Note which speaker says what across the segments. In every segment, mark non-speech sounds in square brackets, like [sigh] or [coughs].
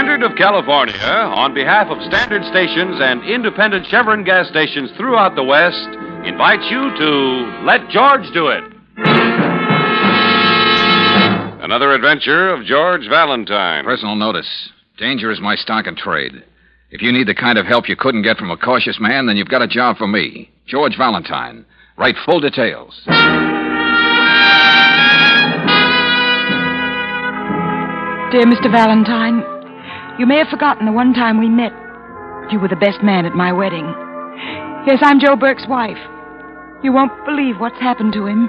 Speaker 1: California, on behalf of standard stations and independent Chevron gas stations throughout the West, invites you to Let George Do It. Another adventure of George Valentine.
Speaker 2: Personal notice. Danger is my stock in trade. If you need the kind of help you couldn't get from a cautious man, then you've got a job for me, George Valentine. Write full details.
Speaker 3: Dear Mr. Valentine, you may have forgotten the one time we met. You were the best man at my wedding. Yes, I'm Joe Burke's wife. You won't believe what's happened to him.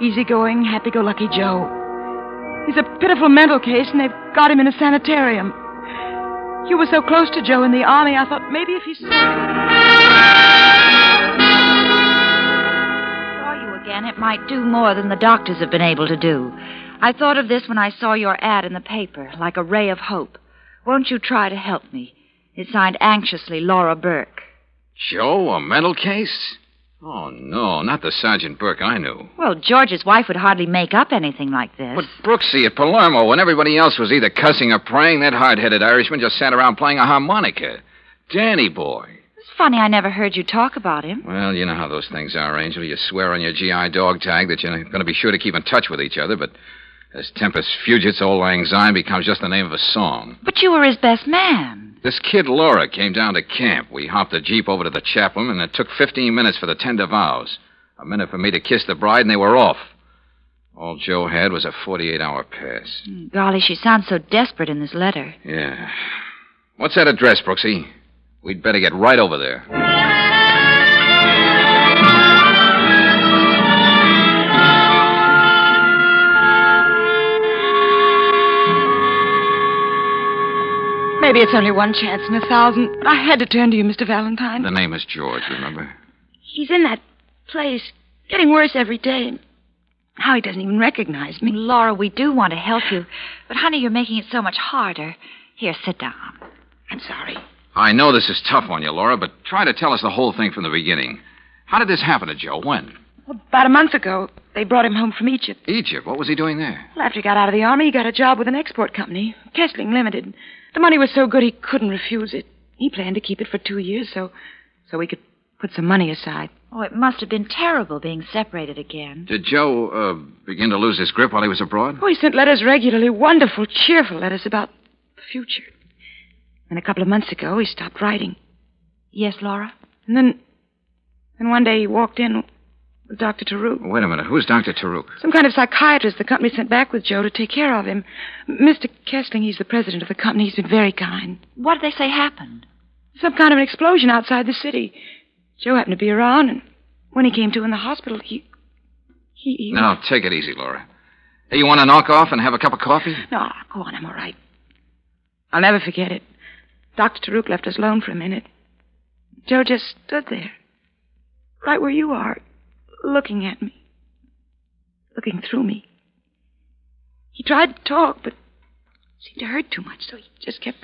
Speaker 3: Easygoing, happy go lucky Joe. He's a pitiful mental case, and they've got him in a sanitarium. You were so close to Joe in the army, I thought maybe if he saw
Speaker 4: saw you again, it might do more than the doctors have been able to do. I thought of this when I saw your ad in the paper, like a ray of hope. Won't you try to help me? It's signed anxiously Laura Burke.
Speaker 2: Joe, a mental case? Oh, no, not the Sergeant Burke I knew.
Speaker 4: Well, George's wife would hardly make up anything like this.
Speaker 2: But Brooksy at Palermo, when everybody else was either cussing or praying, that hard headed Irishman just sat around playing a harmonica. Danny boy.
Speaker 4: It's funny I never heard you talk about him.
Speaker 2: Well, you know how those things are, Angel. You swear on your GI dog tag that you're going to be sure to keep in touch with each other, but as Tempest Fugit's Old Lang Syne becomes just the name of a song.
Speaker 4: But you were his best man.
Speaker 2: This kid Laura came down to camp. We hopped a jeep over to the chaplain, and it took 15 minutes for the tender vows. A minute for me to kiss the bride, and they were off. All Joe had was a 48 hour pass.
Speaker 4: Golly, she sounds so desperate in this letter.
Speaker 2: Yeah. What's that address, Brooksy? We'd better get right over there.
Speaker 3: Maybe it's only one chance in a thousand, but I had to turn to you, Mr. Valentine.
Speaker 2: The name is George, remember?
Speaker 3: He's in that place, getting worse every day. and How he doesn't even recognize me.
Speaker 4: Laura, we do want to help you, but honey, you're making it so much harder. Here, sit down.
Speaker 3: I'm sorry.
Speaker 2: I know this is tough on you, Laura, but try to tell us the whole thing from the beginning. How did this happen to Joe? When?
Speaker 3: About a month ago, they brought him home from Egypt.
Speaker 2: Egypt. What was he doing there?
Speaker 3: Well, after he got out of the army, he got a job with an export company, Kessling Limited. The money was so good he couldn't refuse it. He planned to keep it for two years so, so he could put some money aside.
Speaker 4: Oh, it must have been terrible being separated again.
Speaker 2: Did Joe uh, begin to lose his grip while he was abroad?
Speaker 3: Oh, he sent letters regularly, wonderful, cheerful letters about the future. And a couple of months ago, he stopped writing.
Speaker 4: Yes, Laura?
Speaker 3: And then, then one day he walked in with Dr. Taru.
Speaker 2: Wait a minute. Who's Dr. Taruk?
Speaker 3: Some kind of psychiatrist the company sent back with Joe to take care of him. Mr. Kessling, he's the president of the company. He's been very kind.
Speaker 4: What did they say happened?
Speaker 3: Some kind of an explosion outside the city. Joe happened to be around, and when he came to in the hospital, he. He. he
Speaker 2: Now, take it easy, Laura. Hey, you want to knock off and have a cup of coffee?
Speaker 3: No, go on, I'm all right. I'll never forget it. Dr. Taruk left us alone for a minute. Joe just stood there, right where you are, looking at me, looking through me. He tried to talk, but it seemed to hurt too much, so he just kept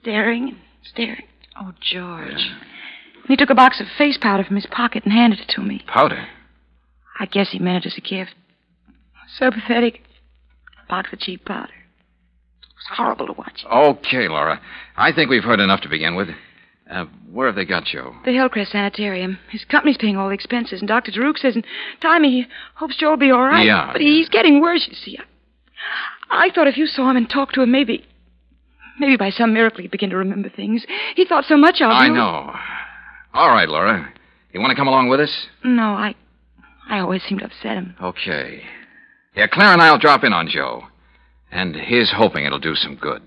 Speaker 3: staring and staring.
Speaker 4: Oh, George.
Speaker 3: And he took a box of face powder from his pocket and handed it to me.
Speaker 2: Powder.
Speaker 3: I guess he meant it as a gift. So pathetic. Box of cheap powder. It was horrible to watch.
Speaker 2: Okay, Laura. I think we've heard enough to begin with. Uh, where have they got Joe?
Speaker 3: The Hillcrest Sanitarium. His company's paying all the expenses, and Dr. Daruk says in time he hopes Joe'll be all right.
Speaker 2: Yeah.
Speaker 3: But he's getting worse, you see. I, I thought if you saw him and talked to him, maybe. Maybe by some miracle he'd begin to remember things. He thought so much of
Speaker 2: I
Speaker 3: you.
Speaker 2: know. All right, Laura. You want to come along with us?
Speaker 3: No, I. I always seem to upset him.
Speaker 2: Okay. Yeah, Claire and I'll drop in on Joe. And here's hoping it'll do some good.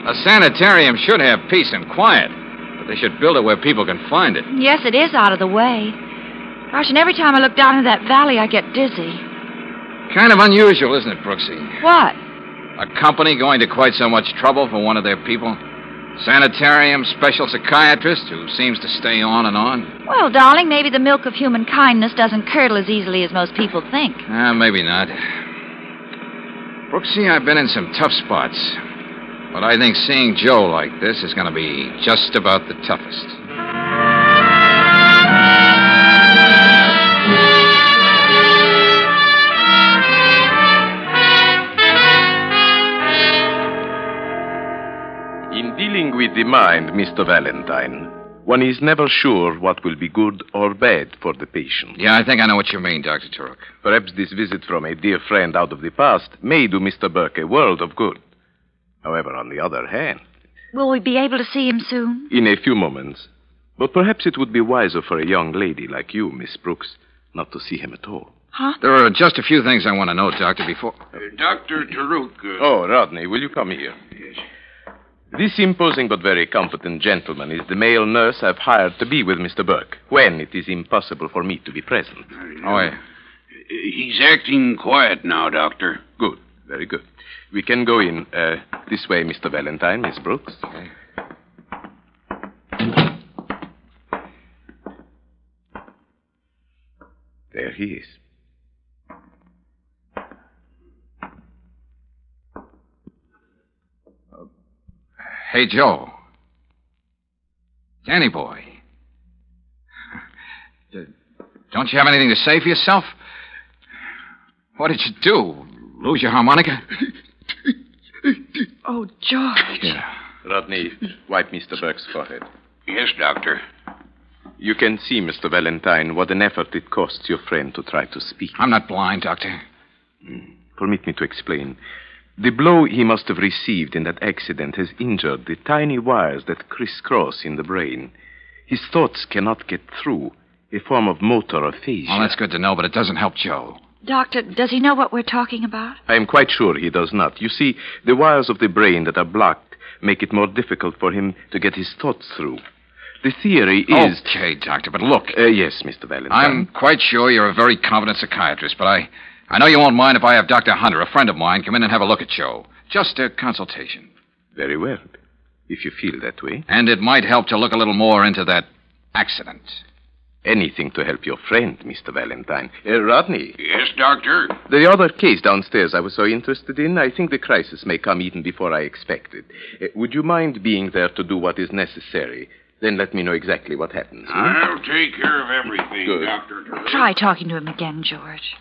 Speaker 2: A sanitarium should have peace and quiet, but they should build it where people can find it.
Speaker 4: Yes, it is out of the way. Gosh, and every time I look down into that valley, I get dizzy.
Speaker 2: Kind of unusual, isn't it, Brooksy?
Speaker 4: What?
Speaker 2: A company going to quite so much trouble for one of their people? Sanitarium special psychiatrist who seems to stay on and on?
Speaker 4: Well, darling, maybe the milk of human kindness doesn't curdle as easily as most people think.
Speaker 2: Ah, maybe not. Brooksy, I've been in some tough spots. But I think seeing Joe like this is going to be just about the toughest.
Speaker 5: In dealing with the mind, Mr. Valentine, one is never sure what will be good or bad for the patient.
Speaker 2: Yeah, I think I know what you mean, Dr. Turek.
Speaker 5: Perhaps this visit from a dear friend out of the past may do Mr. Burke a world of good. However, on the other hand,
Speaker 4: Will we be able to see him soon?
Speaker 5: in a few moments. But perhaps it would be wiser for a young lady like you, Miss Brooks, not to see him at all.
Speaker 2: There are just a few things I want to know, Doctor, before.
Speaker 6: Dr. Taruk.
Speaker 5: Oh, Rodney, will you come here? Yes. This imposing but very competent gentleman is the male nurse I've hired to be with Mr. Burke when it is impossible for me to be present.
Speaker 2: Oh, yeah.
Speaker 6: He's acting quiet now, Doctor.
Speaker 5: Good, very good. We can go in uh, this way, Mr. Valentine, Miss Brooks. There he is.
Speaker 2: Hey, Joe. Danny boy. Don't you have anything to say for yourself? What did you do? Lose your harmonica?
Speaker 3: Oh, George.
Speaker 2: Yeah.
Speaker 5: Rodney, wipe Mr. Burke's forehead.
Speaker 6: Yes, Doctor.
Speaker 5: You can see, Mr. Valentine, what an effort it costs your friend to try to speak.
Speaker 2: I'm not blind, Doctor.
Speaker 5: Permit me to explain. The blow he must have received in that accident has injured the tiny wires that crisscross in the brain. His thoughts cannot get through, a form of motor aphasia.
Speaker 2: Well, that's good to know, but it doesn't help Joe.
Speaker 4: Doctor, does he know what we're talking about?
Speaker 5: I am quite sure he does not. You see, the wires of the brain that are blocked make it more difficult for him to get his thoughts through. The theory is.
Speaker 2: Okay, Doctor, but look.
Speaker 5: Uh, yes, Mr. Valentine.
Speaker 2: Oh. I'm quite sure you're a very competent psychiatrist, but I, I know you won't mind if I have Dr. Hunter, a friend of mine, come in and have a look at Joe. Just a consultation.
Speaker 5: Very well. If you feel that way.
Speaker 2: And it might help to look a little more into that accident.
Speaker 5: Anything to help your friend, Mr. Valentine. Uh, Rodney.
Speaker 6: Yes, Doctor.
Speaker 5: The other case downstairs I was so interested in, I think the crisis may come even before I expected. Uh, would you mind being there to do what is necessary? Then let me know exactly what happens. hmm?
Speaker 6: I'll take care of everything,
Speaker 5: Good.
Speaker 6: Dr. Taruk.
Speaker 4: Try talking to him again, George.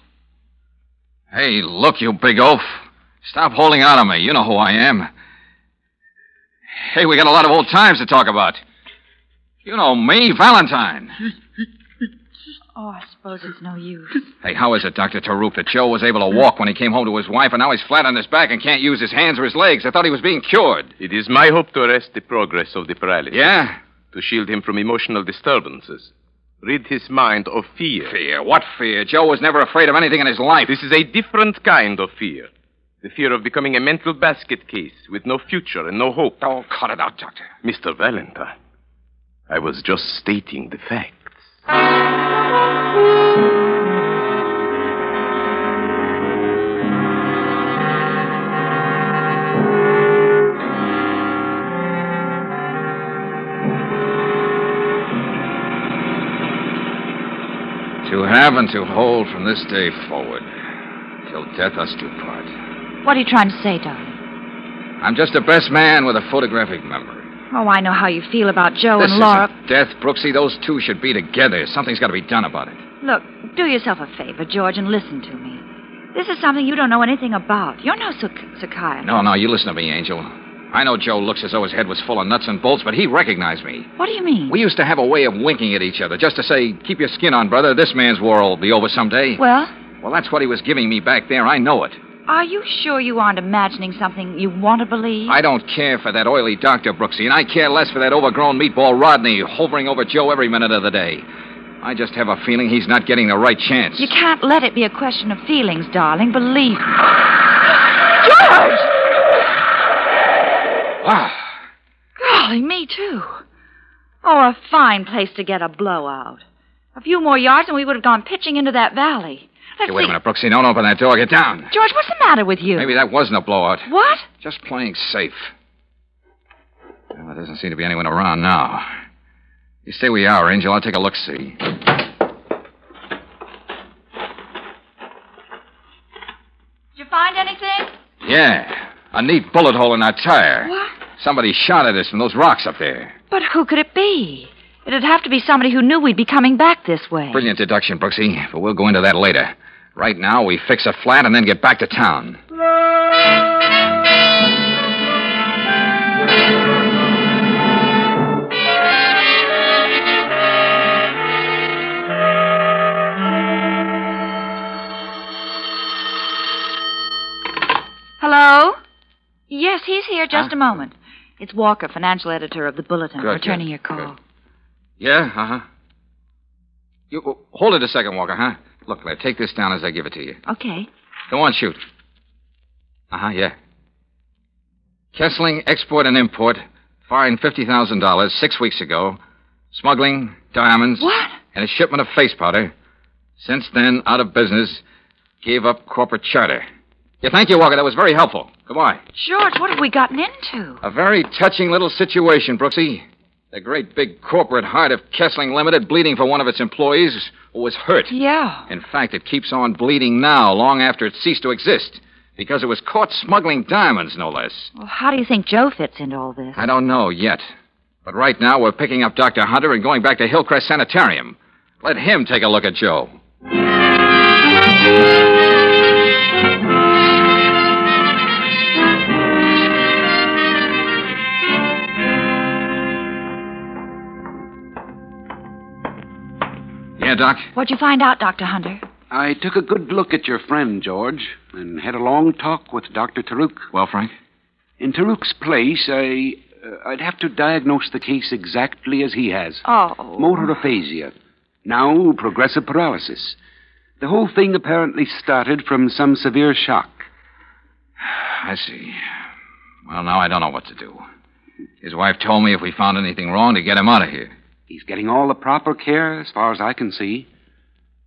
Speaker 2: Hey, look, you big oaf. Stop holding on to me. You know who I am. Hey, we got a lot of old times to talk about. You know me, Valentine.
Speaker 4: Oh, I suppose it's no use.
Speaker 2: Hey, how is it, Dr. Taruk, that Joe was able to walk when he came home to his wife, and now he's flat on his back and can't use his hands or his legs? I thought he was being cured.
Speaker 5: It is my hope to arrest the progress of the paralysis.
Speaker 2: Yeah?
Speaker 5: To shield him from emotional disturbances. Rid his mind of fear.
Speaker 2: Fear. What fear? Joe was never afraid of anything in his life.
Speaker 5: This is a different kind of fear. The fear of becoming a mental basket case with no future and no hope.
Speaker 2: Oh, cut it out, Doctor.
Speaker 5: Mr. Valentine, I was just stating the facts.
Speaker 2: To have and to hold from this day forward. Till death us do part.
Speaker 4: What are you trying to say, darling?
Speaker 2: I'm just a best man with a photographic memory.
Speaker 4: Oh, I know how you feel about Joe
Speaker 2: this
Speaker 4: Oh, and Laura.
Speaker 2: isn't death, Brooksy. Those two should be together. Something's got to be done about it.
Speaker 4: Look, do yourself a favor, George, and listen to me. This is something you don't know anything about. You're no psych- psychiatrist.
Speaker 2: No, no, you listen to me, Angel. I know Joe looks as though his head was full of nuts and bolts, but he recognized me.
Speaker 4: What do you mean?
Speaker 2: We used to have a way of winking at each other just to say, keep your skin on, brother. This man's war will be over someday.
Speaker 4: Well,
Speaker 2: well, that's what he was giving me back there. I know it.
Speaker 4: are you sure you aren't imagining something you want to believe?
Speaker 2: I don't care for that oily Dr. Brooksy, and I care less for that overgrown meatball Rodney hovering over Joe every minute of the day. I just have a feeling he's not getting the right chance.
Speaker 4: You can't let it be a question of feelings, darling. Believe me. George!
Speaker 2: Wow.
Speaker 4: Golly, me too. Oh, a fine place to get a blowout. A few more yards and we would have gone pitching into that valley. Let's
Speaker 2: Hey, wait a
Speaker 4: see.
Speaker 2: minute, Brooksy. Don't open that door. Get down.
Speaker 4: George, what's the matter with you?
Speaker 2: Maybe that wasn't a blowout.
Speaker 4: What?
Speaker 2: Just playing safe. Well, there doesn't seem to be anyone around now. You stay where you are, Angel. I'll take a look see.
Speaker 4: Did you find anything?
Speaker 2: Yeah. A neat bullet hole in our tire.
Speaker 4: What?
Speaker 2: Somebody shot at us from those rocks up there.
Speaker 4: But who could it be? It'd have to be somebody who knew we'd be coming back this way.
Speaker 2: Brilliant deduction, Brooksy, but we'll go into that later. Right now, we fix a flat and then get back to town.
Speaker 4: Hello? Yes, he's here. Just a moment. It's Walker, financial editor of the Bulletin,
Speaker 2: Good,
Speaker 4: returning
Speaker 2: good,
Speaker 4: your call.
Speaker 2: Yeah, uh huh. You oh, hold it a second, Walker, huh? Look, Claire, take this down as I give it to you.
Speaker 4: Okay.
Speaker 2: Go on, shoot. Uh huh, yeah. Kessling Export and Import, fined $50,000 six weeks ago. Smuggling, diamonds.
Speaker 4: What?
Speaker 2: And a shipment of face powder. Since then, out of business. Gave up corporate charter. Yeah, thank you, Walker. That was very helpful. Goodbye.
Speaker 4: George, what have we gotten into?
Speaker 2: A very touching little situation, Brooksy. The great big corporate heart of Kessling Limited bleeding for one of its employees who was hurt.
Speaker 4: Yeah.
Speaker 2: In fact, it keeps on bleeding now, long after it ceased to exist, because it was caught smuggling diamonds, no less.
Speaker 4: Well, how do you think Joe fits into all this?
Speaker 2: I don't know yet. But right now, we're picking up Dr. Hunter and going back to Hillcrest Sanitarium. Let him take a look at Joe. Yeah, Doc?
Speaker 4: What'd you find out, Dr. Hunter?
Speaker 6: I took a good look at your friend, George, and had a long talk with Dr. Taruk.
Speaker 2: Well, Frank?
Speaker 6: In Taruk's place, I, uh, I'd have to diagnose the case exactly as he has.
Speaker 4: Oh.
Speaker 6: Motor aphasia. Now progressive paralysis. The whole thing apparently started from some severe shock.
Speaker 2: I see. Well, now I don't know what to do. His wife told me if we found anything wrong to get him out of here.
Speaker 6: He's getting all the proper care, as far as I can see.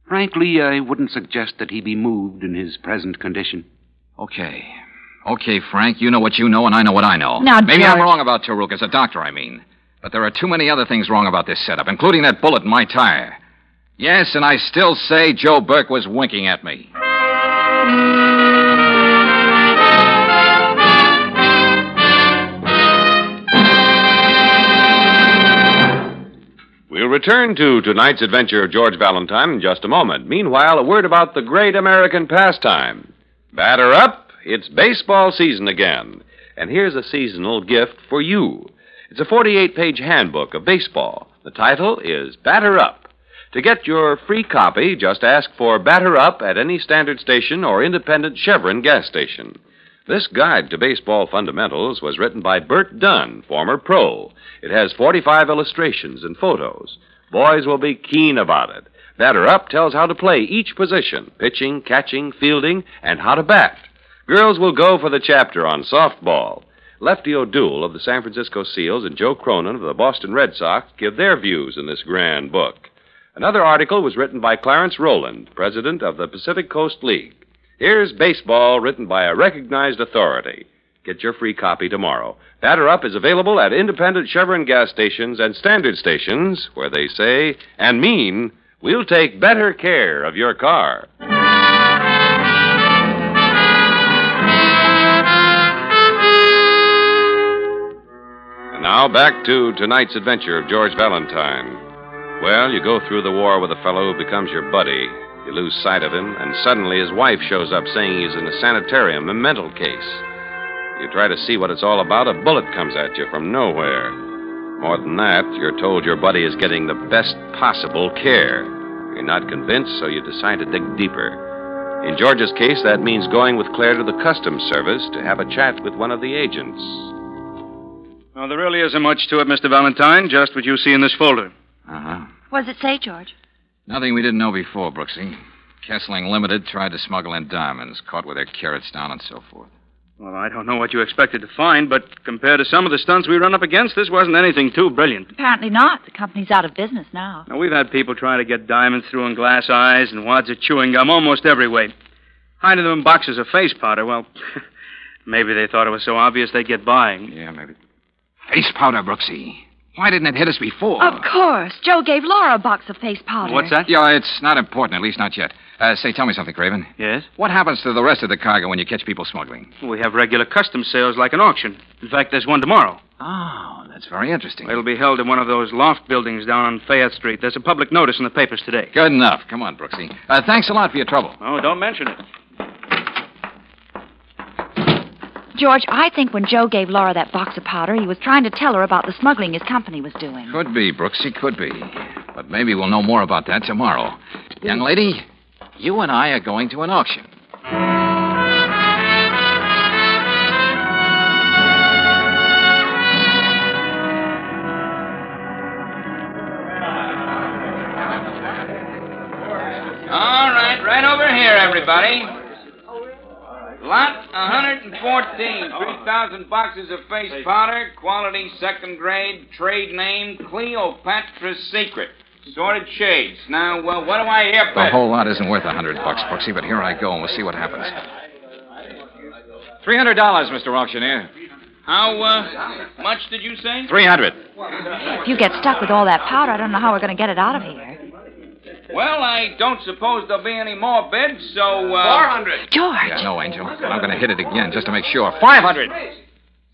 Speaker 6: Frankly, I wouldn't suggest that he be moved in his present condition.
Speaker 2: Okay. Okay, Frank, you know what you know, and I know what I know.
Speaker 4: Now,
Speaker 2: Maybe I'm
Speaker 4: George-
Speaker 2: wrong about Taruk, as a doctor, I mean. But there are too many other things wrong about this setup, including that bullet in my tire. Yes, and I still say Joe Burke was winking at me.
Speaker 1: We'll return to tonight's adventure of George Valentine in just a moment. Meanwhile, a word about the great American pastime. Batter up, it's baseball season again. And here's a seasonal gift for you. It's a 48 page handbook of baseball. The title is Batter Up. To get your free copy, just ask for Batter Up at any standard station or independent Chevron gas station. This guide to baseball fundamentals was written by Bert Dunn, former pro. It has 45 illustrations and photos. Boys will be keen about it. Batter Up tells how to play each position pitching, catching, fielding, and how to bat. Girls will go for the chapter on softball. Lefty O'Doul of the San Francisco Seals and Joe Cronin of the Boston Red Sox give their views in this grand book. Another article was written by Clarence Rowland, president of the Pacific Coast League. Here's baseball written by a recognized authority. Get your free copy tomorrow. Batter Up is available at independent Chevron gas stations and standard stations where they say and mean we'll take better care of your car. And now back to tonight's adventure of George Valentine. Well, you go through the war with a fellow who becomes your buddy. You lose sight of him, and suddenly his wife shows up saying he's in a sanitarium, a mental case. You try to see what it's all about, a bullet comes at you from nowhere. More than that, you're told your buddy is getting the best possible care. You're not convinced, so you decide to dig deeper. In George's case, that means going with Claire to the Customs Service to have a chat with one of the agents.
Speaker 7: Well, there really isn't much to it, Mr. Valentine. Just what you see in this folder.
Speaker 2: Uh huh.
Speaker 4: What does it say, George?
Speaker 2: Nothing we didn't know before, Brooksy. Kessling Limited tried to smuggle in diamonds, caught with their carrots down and so forth.
Speaker 7: Well, I don't know what you expected to find, but compared to some of the stunts we run up against, this wasn't anything too brilliant.
Speaker 4: Apparently not. The company's out of business now.
Speaker 7: Now, we've had people try to get diamonds through in glass eyes and wads of chewing gum almost every way. Hiding them in boxes of face powder, well, [laughs] maybe they thought it was so obvious they'd get by.
Speaker 2: Yeah, maybe. Face powder, Brooksy. Why didn't it hit us before?
Speaker 4: Of course. Joe gave Laura a box of face powder.
Speaker 7: What's that?
Speaker 2: Yeah, it's not important, at least not yet. Uh, say, tell me something, Craven.
Speaker 7: Yes?
Speaker 2: What happens to the rest of the cargo when you catch people smuggling?
Speaker 7: We have regular custom sales like an auction. In fact, there's one tomorrow.
Speaker 2: Oh, that's very interesting.
Speaker 7: It'll be held in one of those loft buildings down on Fayette Street. There's a public notice in the papers today.
Speaker 2: Good enough. Come on, Brooksy. Uh, thanks a lot for your trouble.
Speaker 7: Oh, don't mention it.
Speaker 4: George, I think when Joe gave Laura that box of powder, he was trying to tell her about the smuggling his company was doing.
Speaker 2: Could be, Brooksy, could be. But maybe we'll know more about that tomorrow. Young lady, you and I are going to an auction.
Speaker 7: All right, right over here, everybody. Lot 114, 3,000 boxes of face powder, quality second grade, trade name Cleopatra's Secret. Sorted shades. Now, well, what do I hear
Speaker 2: The
Speaker 7: first?
Speaker 2: whole lot isn't worth a hundred bucks, Brooksy, but here I go, and we'll see what happens. Three hundred dollars, Mr. Auctioneer.
Speaker 7: How uh, much did you say?
Speaker 2: Three hundred.
Speaker 4: If you get stuck with all that powder, I don't know how we're going to get it out of here.
Speaker 7: Well, I don't suppose there'll be any more bids, so. Uh, 400.
Speaker 4: George.
Speaker 2: Yeah, no, Angel. But I'm going to hit it again just to make sure. Five hundred.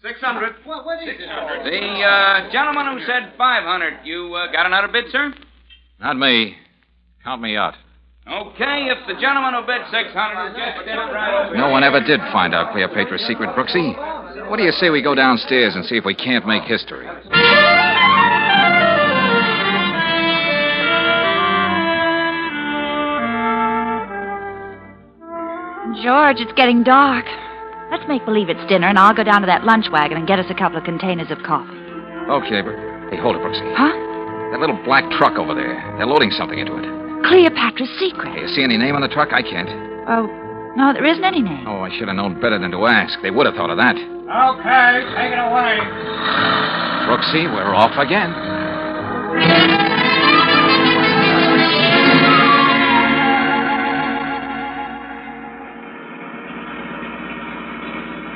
Speaker 7: 600. The uh, gentleman who said 500, you uh, got another bid, sir?
Speaker 2: Not me. Count me out.
Speaker 7: Okay, if the gentleman who bid 600 is just in right over
Speaker 2: No one ever did find out Cleopatra's secret, Brooksy. What do you say we go downstairs and see if we can't make history?
Speaker 4: George, it's getting dark. Let's make believe it's dinner, and I'll go down to that lunch wagon and get us a couple of containers of coffee.
Speaker 2: Okay, Bro- Hey, hold it, Brooksy.
Speaker 4: Huh?
Speaker 2: That little black truck over there. They're loading something into it.
Speaker 4: Cleopatra's
Speaker 2: Hey,
Speaker 4: secret.
Speaker 2: you see any name on the truck? I can't.
Speaker 4: Oh, no, there isn't any name.
Speaker 2: Oh, I should have known better than to ask. They would have thought of that.
Speaker 7: Okay, take it away.
Speaker 2: Brooksy, we're off again.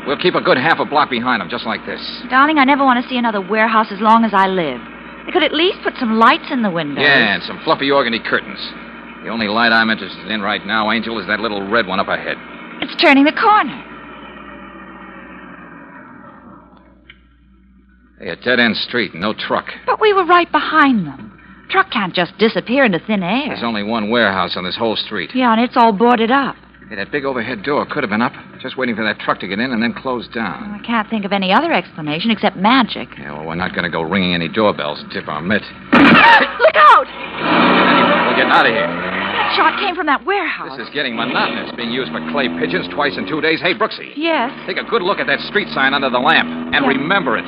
Speaker 2: We'll keep a good half a block behind them, just like this.
Speaker 4: Darling, I never want to see another warehouse as long as I live. They could at least put some lights in the windows.
Speaker 2: Yeah, and some fluffy organy curtains. The only light I'm interested in right now, Angel, is that little red one up ahead.
Speaker 4: It's turning the corner.
Speaker 2: Hey, a dead end street, no truck.
Speaker 4: But we were right behind them. Truck can't just disappear into thin air.
Speaker 2: There's only one warehouse on this whole street.
Speaker 4: Yeah, and it's all boarded up.
Speaker 2: Hey, that big overhead door could have been up, just waiting for that truck to get in and then close down.
Speaker 4: I can't think of any other explanation
Speaker 2: [coughs]
Speaker 4: except magic.
Speaker 2: Yeah, well, we're not going to go ringing any doorbells and tip our mitt.
Speaker 4: Look out!
Speaker 2: We're getting out of here.
Speaker 4: That shot came from that warehouse.
Speaker 2: This is getting monotonous, being used for clay pigeons twice in two days. Hey, Brooksy,
Speaker 4: Yes.
Speaker 2: take a good look at that street sign under the lamp and
Speaker 4: Yeah.
Speaker 2: remember it.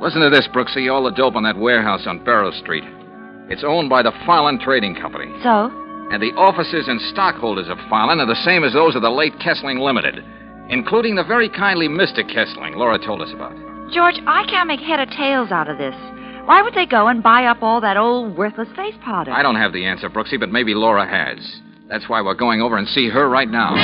Speaker 2: Listen to this, Brooksy. All the dope on that warehouse on Barrow Street. It's owned by the Farland Trading Company.
Speaker 4: So,
Speaker 2: and the officers and stockholders of Farland are the same as those of the late Kessling Limited, including the very kindly Mr. Kessling Laura told us about.
Speaker 4: George, I can't make head or tails out of this. Why would they go and buy up all that old worthless face powder?
Speaker 2: I don't have the answer, Brooksy, but maybe Laura has. That's why we're going over and see her right now.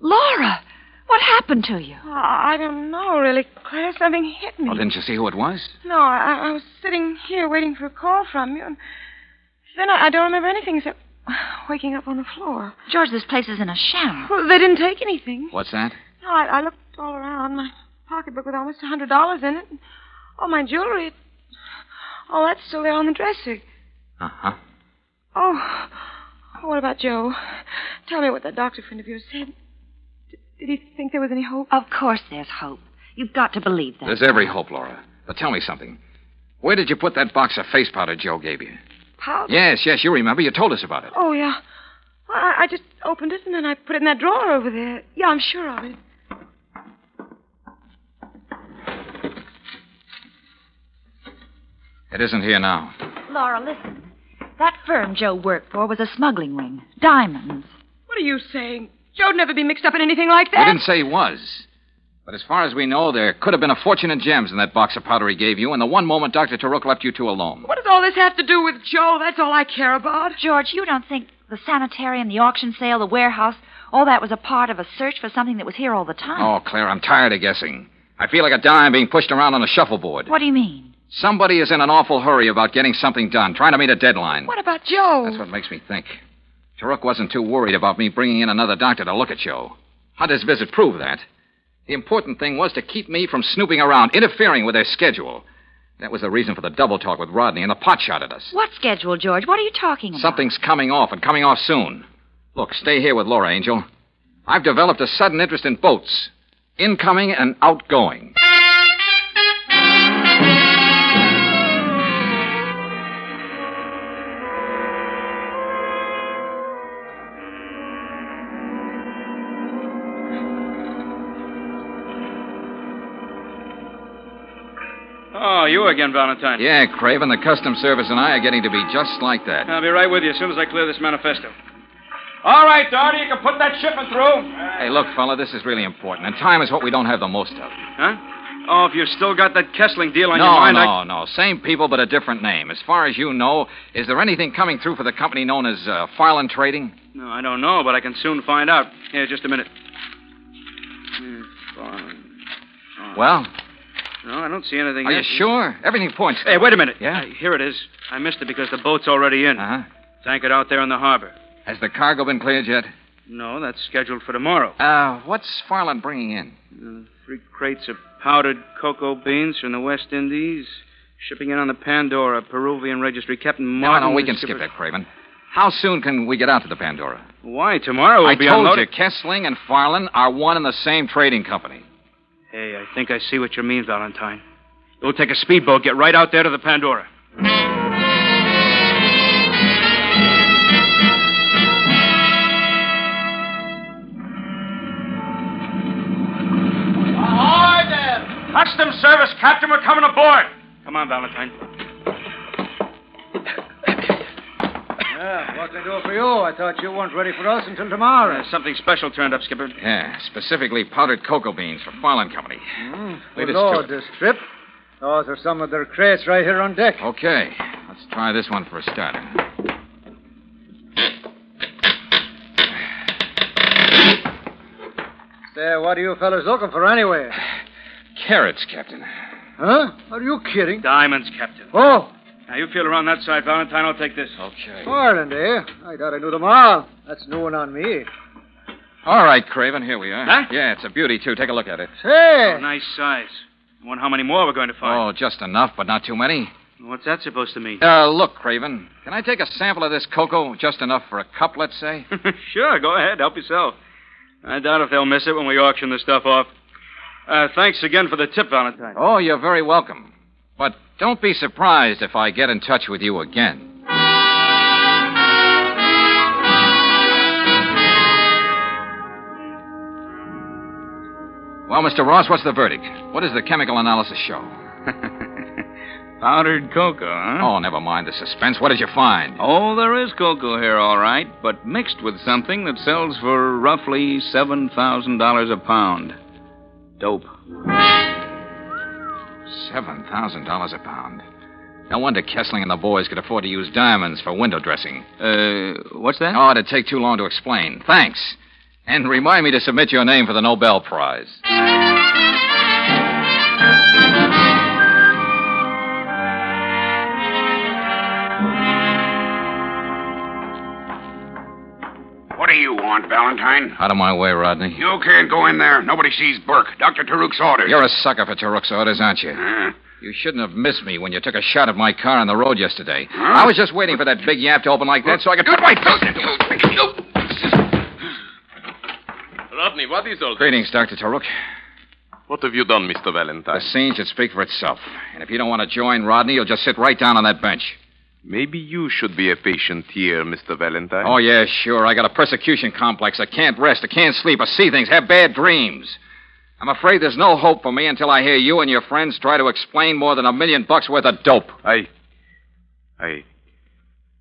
Speaker 4: Laura, what happened to you?
Speaker 3: Oh, I don't know, really, Claire. Something hit me.
Speaker 2: Well, didn't you see who it was?
Speaker 3: No, I, I was sitting here waiting for a call from you, and then I, I don't remember anything except waking up on the floor.
Speaker 4: George, this place is in a shambles.
Speaker 3: Well, they didn't take anything.
Speaker 2: What's that?
Speaker 3: No, I, I looked all around. My pocketbook with almost a hundred dollars in it. and All my jewelry. It, all that's still there on the dresser.
Speaker 2: Uh
Speaker 3: Uh-huh.
Speaker 2: huh.
Speaker 3: Oh, what about Joe? Tell me what that doctor friend of yours said. D- did he think there was any hope?
Speaker 4: Of course there's hope. You've got to believe that.
Speaker 2: There's every hope, Laura. But tell me something. Where did you put that box of face powder Joe gave you?
Speaker 3: Powder?
Speaker 2: Yes, yes, you remember. You told us about it.
Speaker 3: Oh, yeah. Well, I, I just opened it and then I put it in that drawer over there. Yeah, I'm sure of it.
Speaker 2: It isn't here now.
Speaker 4: Laura, listen. That firm Joe worked for was a smuggling ring. Diamonds.
Speaker 3: What are you saying? Joe'd never be mixed up in anything like
Speaker 2: You
Speaker 3: that.
Speaker 2: didn't say he was. But as far as we know, there could have been a fortune in gems in that box of powder he gave you, and the one moment Dr. Taruk left you two alone.
Speaker 3: What does all this have to do with Joe? That's all I care about.
Speaker 4: George, you don't think the sanitarium, the auction sale, the warehouse, all that was a part of a search for something that was here all the time?
Speaker 2: Oh, Claire, I'm tired of guessing. I feel like a dime being pushed around on a shuffleboard.
Speaker 4: What do you mean?
Speaker 2: Somebody is in an awful hurry about getting something done, trying to meet a deadline.
Speaker 3: What about Joe?
Speaker 2: That's what makes me think. Taruk wasn't too worried about me bringing in another doctor to look at Joe. How does visit prove that? The important thing was to keep me from snooping around, interfering with their schedule. That was the reason for the double talk with Rodney and the pot shot at us.
Speaker 4: What schedule, George? What are you talking about?
Speaker 2: Something's coming off and coming off soon. Look, stay here with Laura, Angel. I've developed a sudden interest in boats incoming and outgoing.
Speaker 7: Oh, you again, Valentine.
Speaker 2: Yeah, Craven, the Customs Service and I are getting to be just like that.
Speaker 7: I'll be right with you as soon as I clear this manifesto. All right, Doherty, you can put that shipment through.
Speaker 2: Hey, look, fella, this is really important, and time is what we don't have the most of.
Speaker 7: Huh? Oh, if you've still got that Kessling deal on
Speaker 2: no,
Speaker 7: your mind,
Speaker 2: no,
Speaker 7: I...
Speaker 2: no. Same people, but a different name. As far as you know, is there anything coming through for the company known as uh, Farland Trading?
Speaker 7: No, I don't know, but I can soon find out. Here, just a minute. Hmm, fine.
Speaker 2: Well,
Speaker 7: No, I don't see anything.
Speaker 2: are you
Speaker 7: yet.
Speaker 2: sure? Everything points.
Speaker 7: Hey, wait a minute.
Speaker 2: Yeah?
Speaker 7: Uh, here it is. I missed it because the boat's already in.
Speaker 2: Uh huh.
Speaker 7: It's anchored out there in the harbor.
Speaker 2: Has the cargo been cleared yet?
Speaker 7: No, that's scheduled for tomorrow.
Speaker 2: Uh, what's Farland bringing in?
Speaker 7: Uh, three crates of powdered cocoa beans from the West Indies. Shipping in on the Pandora, Peruvian registry. Captain
Speaker 2: No,
Speaker 7: Martin.
Speaker 2: no, we
Speaker 7: the
Speaker 2: can
Speaker 7: skipper-
Speaker 2: skip that, Craven. How soon can we get out to the Pandora?
Speaker 7: Why? Tomorrow will
Speaker 2: I
Speaker 7: Oh, be
Speaker 2: told
Speaker 7: unloaded.
Speaker 2: you, Kessling and Farland are one and the same trading company.
Speaker 7: Hey, I think I see what you mean, Valentine. We'll take a speedboat, get right out there to the Pandora. Ahoy there! Custom service, Captain, we're coming aboard. Come on, Valentine.
Speaker 8: Yeah, what can I do for you? I thought you weren't ready for us until tomorrow.
Speaker 7: Uh, something special turned up, Skipper.
Speaker 2: Yeah, specifically powdered cocoa beans for Farland Company.
Speaker 7: Mm, oh,
Speaker 8: Good
Speaker 2: Lead us
Speaker 8: Lord,
Speaker 2: to it.
Speaker 8: this trip. Those are some of their crates right here on deck.
Speaker 2: Okay, let's try this one for a starter.
Speaker 8: Say, Eh, what are you fellas looking for anyway?
Speaker 2: Carrots, Captain.
Speaker 8: Huh? Are you kidding?
Speaker 7: Diamonds, Captain.
Speaker 8: Oh,
Speaker 7: Now, you feel around that side, Valentine. I'll take this.
Speaker 2: Okay.
Speaker 8: Ireland, eh? I thought I knew them all. That's new one on me.
Speaker 2: All right, Craven, here we are.
Speaker 7: Huh?
Speaker 2: Yeah, it's a beauty, too. Take a look at it.
Speaker 8: Say,
Speaker 7: Oh, Nice size. I wonder how many more we're going to find.
Speaker 2: Oh, just enough, but not too many.
Speaker 7: What's that supposed to mean? [laughs]
Speaker 2: Uh, look, Craven, can I take a sample of this cocoa? Just enough for a cup, let's say?
Speaker 7: sure, go ahead. Help yourself. I doubt if they'll miss it when we auction the stuff off. Uh, thanks again for the tip, Valentine.
Speaker 2: Oh, you're very welcome. But don't be surprised if I get in touch with you again. Well, Mr. Ross, what's the verdict? What does the chemical analysis show?
Speaker 7: [laughs] Powdered cocoa, huh?
Speaker 2: Oh, never mind the suspense. What did you find?
Speaker 7: Oh, there is cocoa here, all right, but mixed with something that sells for roughly $7,000 a pound. Dope.
Speaker 2: $7,000 a pound. No wonder Kessling and the boys could afford to use diamonds for window dressing.
Speaker 7: Uh, what's that?
Speaker 2: Oh, it'd take too long to explain. Thanks. And remind me to submit your name for the Nobel Prize.
Speaker 9: What do you want, Valentine?
Speaker 2: Out of my way, Rodney.
Speaker 9: You can't go in there. Nobody sees Burke. Dr. Taruk's orders. Uh-huh.
Speaker 2: You're a sucker for Taruk's orders, aren't you?
Speaker 7: [laughs]
Speaker 9: Huh?
Speaker 2: You shouldn't have missed me when you took a shot at my car on the road yesterday. I was just waiting for that big yap to open like that so I could put my face into it.
Speaker 10: Rodney, what is all this?
Speaker 2: Greetings, Dr. Taruk.
Speaker 5: What have you done, Mr.
Speaker 2: The
Speaker 5: Valentine?
Speaker 2: scene should speak for itself. And if you don't want to join Rodney, you'll just sit right down on that bench.
Speaker 5: Maybe you should be a patient here, Mr. Valentine.
Speaker 2: Oh, yeah, sure. I got a persecution complex. I can't rest. I can't sleep. I see things, have bad dreams. I'm afraid there's no hope for me until I hear you and your friends try to explain more than a million bucks worth of dope.
Speaker 5: I. I.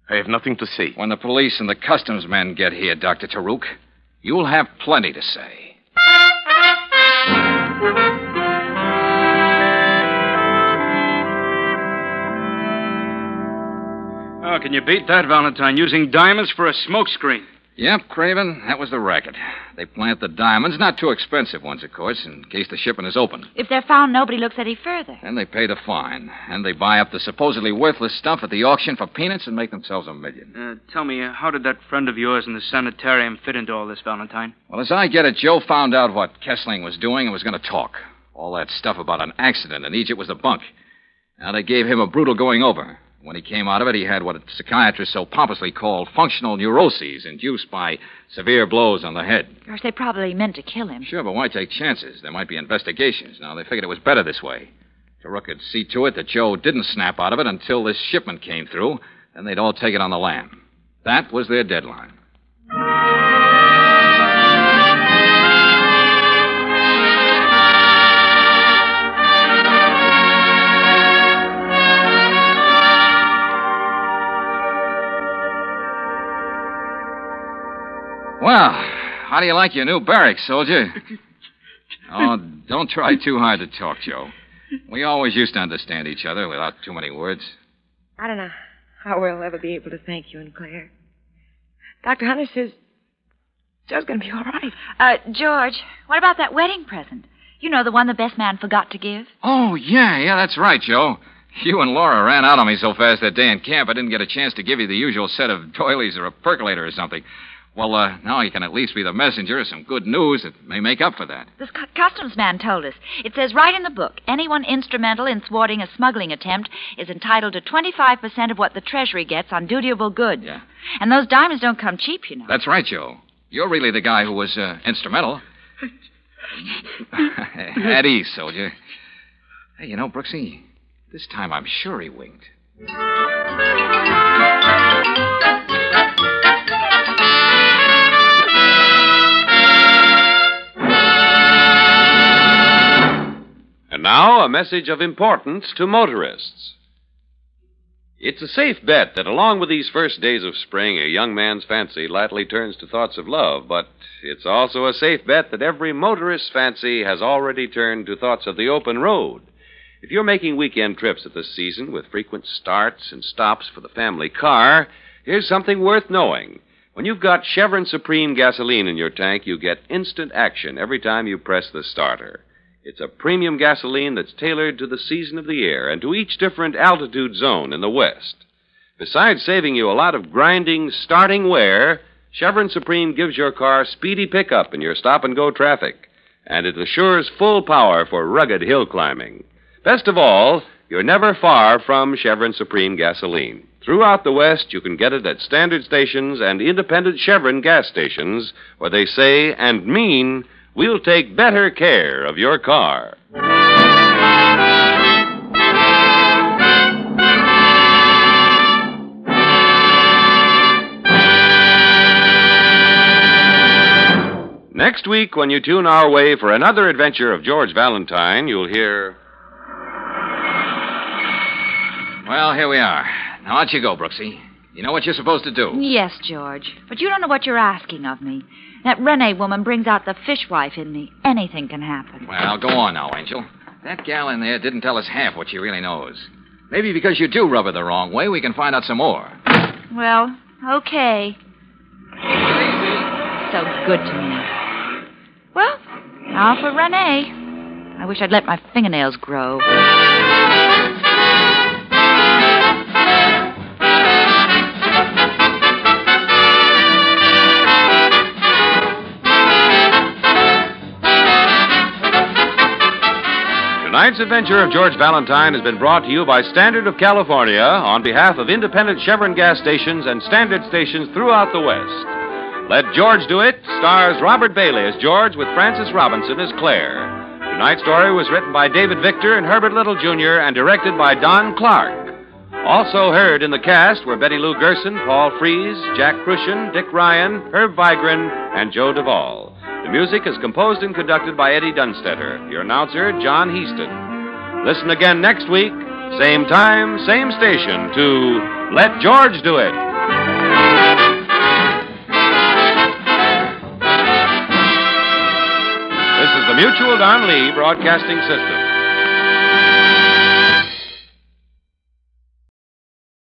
Speaker 5: I have nothing to say.
Speaker 2: When the police and the customs men get here, Dr. Taruk, you'll have plenty to say.
Speaker 7: Oh, can you beat that, Valentine? Using diamonds for a smokescreen.
Speaker 11: Yep, Craven, that was the racket. They plant the diamonds, not too expensive ones, of course, in case the shipment is open.
Speaker 4: If they're found, nobody looks any further.
Speaker 11: Then they pay the fine, and they buy up the supposedly worthless stuff at the auction for peanuts and make themselves a million.
Speaker 7: Uh, tell me, uh, how did that friend of yours in the sanitarium fit into all this, Valentine?
Speaker 11: Well, as I get it, Joe found out what Kessling was doing and was going to talk. All that stuff about an accident in Egypt was a bunk. Now, they gave him a brutal going over. When he came out of it, he had what psychiatrists so pompously called functional neuroses induced by severe blows on the head.
Speaker 4: Gosh, they probably meant to kill him.
Speaker 11: Sure, but why take chances? There might be investigations. Now, they figured it was better this way. Taruk could see to it that Joe didn't snap out of it until this shipment came through, and they'd all take it on the lam. That was their deadline. Well, how do you like your new barracks, soldier? Oh, don't try too hard to talk, Joe. We always used to understand each other without too many words.
Speaker 3: I don't know how we'll ever be able to thank you and Claire. Dr. Hunter says Joe's going to be all right.
Speaker 4: Uh, George, what about that wedding present? You know, the one the best man forgot to give?
Speaker 11: Oh, yeah, yeah, that's right, Joe. You and Laura ran out on me so fast that day in camp, I didn't get a chance to give you the usual set of doilies or a percolator or something. Well, uh, now you can at least be the messenger of some good news that may make up for that.
Speaker 4: This cu- customs man told us. It says right in the book anyone instrumental in thwarting a smuggling attempt is entitled to 25% of what the Treasury gets on dutiable goods.
Speaker 11: Yeah.
Speaker 4: And those diamonds don't come cheap, you know.
Speaker 11: That's right, Joe. You're really the guy who was uh, instrumental. [laughs] at ease, soldier. Hey, you know, Brooksy, this time I'm sure he winked.
Speaker 2: And now, a message of importance to motorists. It's a safe bet that along with these first days of spring, a young man's fancy lightly turns to thoughts of love, but it's also a safe bet that every motorist's fancy has already turned to thoughts of the open road. If you're making weekend trips at this season with frequent starts and stops for the family car, here's something worth knowing. When you've got Chevron Supreme gasoline in your tank, you get instant action every time you press the starter. It's a premium gasoline that's tailored to the season of the year and to each different altitude zone in the West. Besides saving you a lot of grinding, starting wear, Chevron Supreme gives your car speedy pickup in your stop and go traffic, and it assures full power for rugged hill climbing. Best of all, you're never far from Chevron Supreme gasoline. Throughout the West, you can get it at standard stations and independent Chevron gas stations where they say and mean we'll take better care of your car. Next week, when you tune our way for another adventure of George Valentine, you'll hear.
Speaker 11: Well, here we are. Now out you go, Brooksy. You know what you're supposed to do.
Speaker 4: Yes, George. But you don't know what you're asking of me. That Renee woman brings out the fishwife in me. Anything can happen.
Speaker 11: Well, go on now, Angel. That gal in there didn't tell us half what she really knows. Maybe because you do rub her the wrong way, we can find out some more.
Speaker 4: Well, okay. So good to me. Well, now for Renee. I wish I'd let my fingernails grow.
Speaker 2: Tonight's adventure of George Valentine has been brought to you by Standard of California on behalf of independent Chevron gas stations and standard stations throughout the West. Let George Do It stars Robert Bailey as George with Francis Robinson as Claire. Tonight's story was written by David Victor and Herbert Little Jr. and directed by Don Clark. Also heard in the cast were Betty Lou Gerson, Paul Fries, Jack Crucian, Dick Ryan, Herb Vigran, and Joe Duvall. The music is composed and conducted by Eddie Dunstetter, your announcer, John Heaston. Listen again next week, same time, same station, to Let George Do It. This is the Mutual Don Lee Broadcasting System.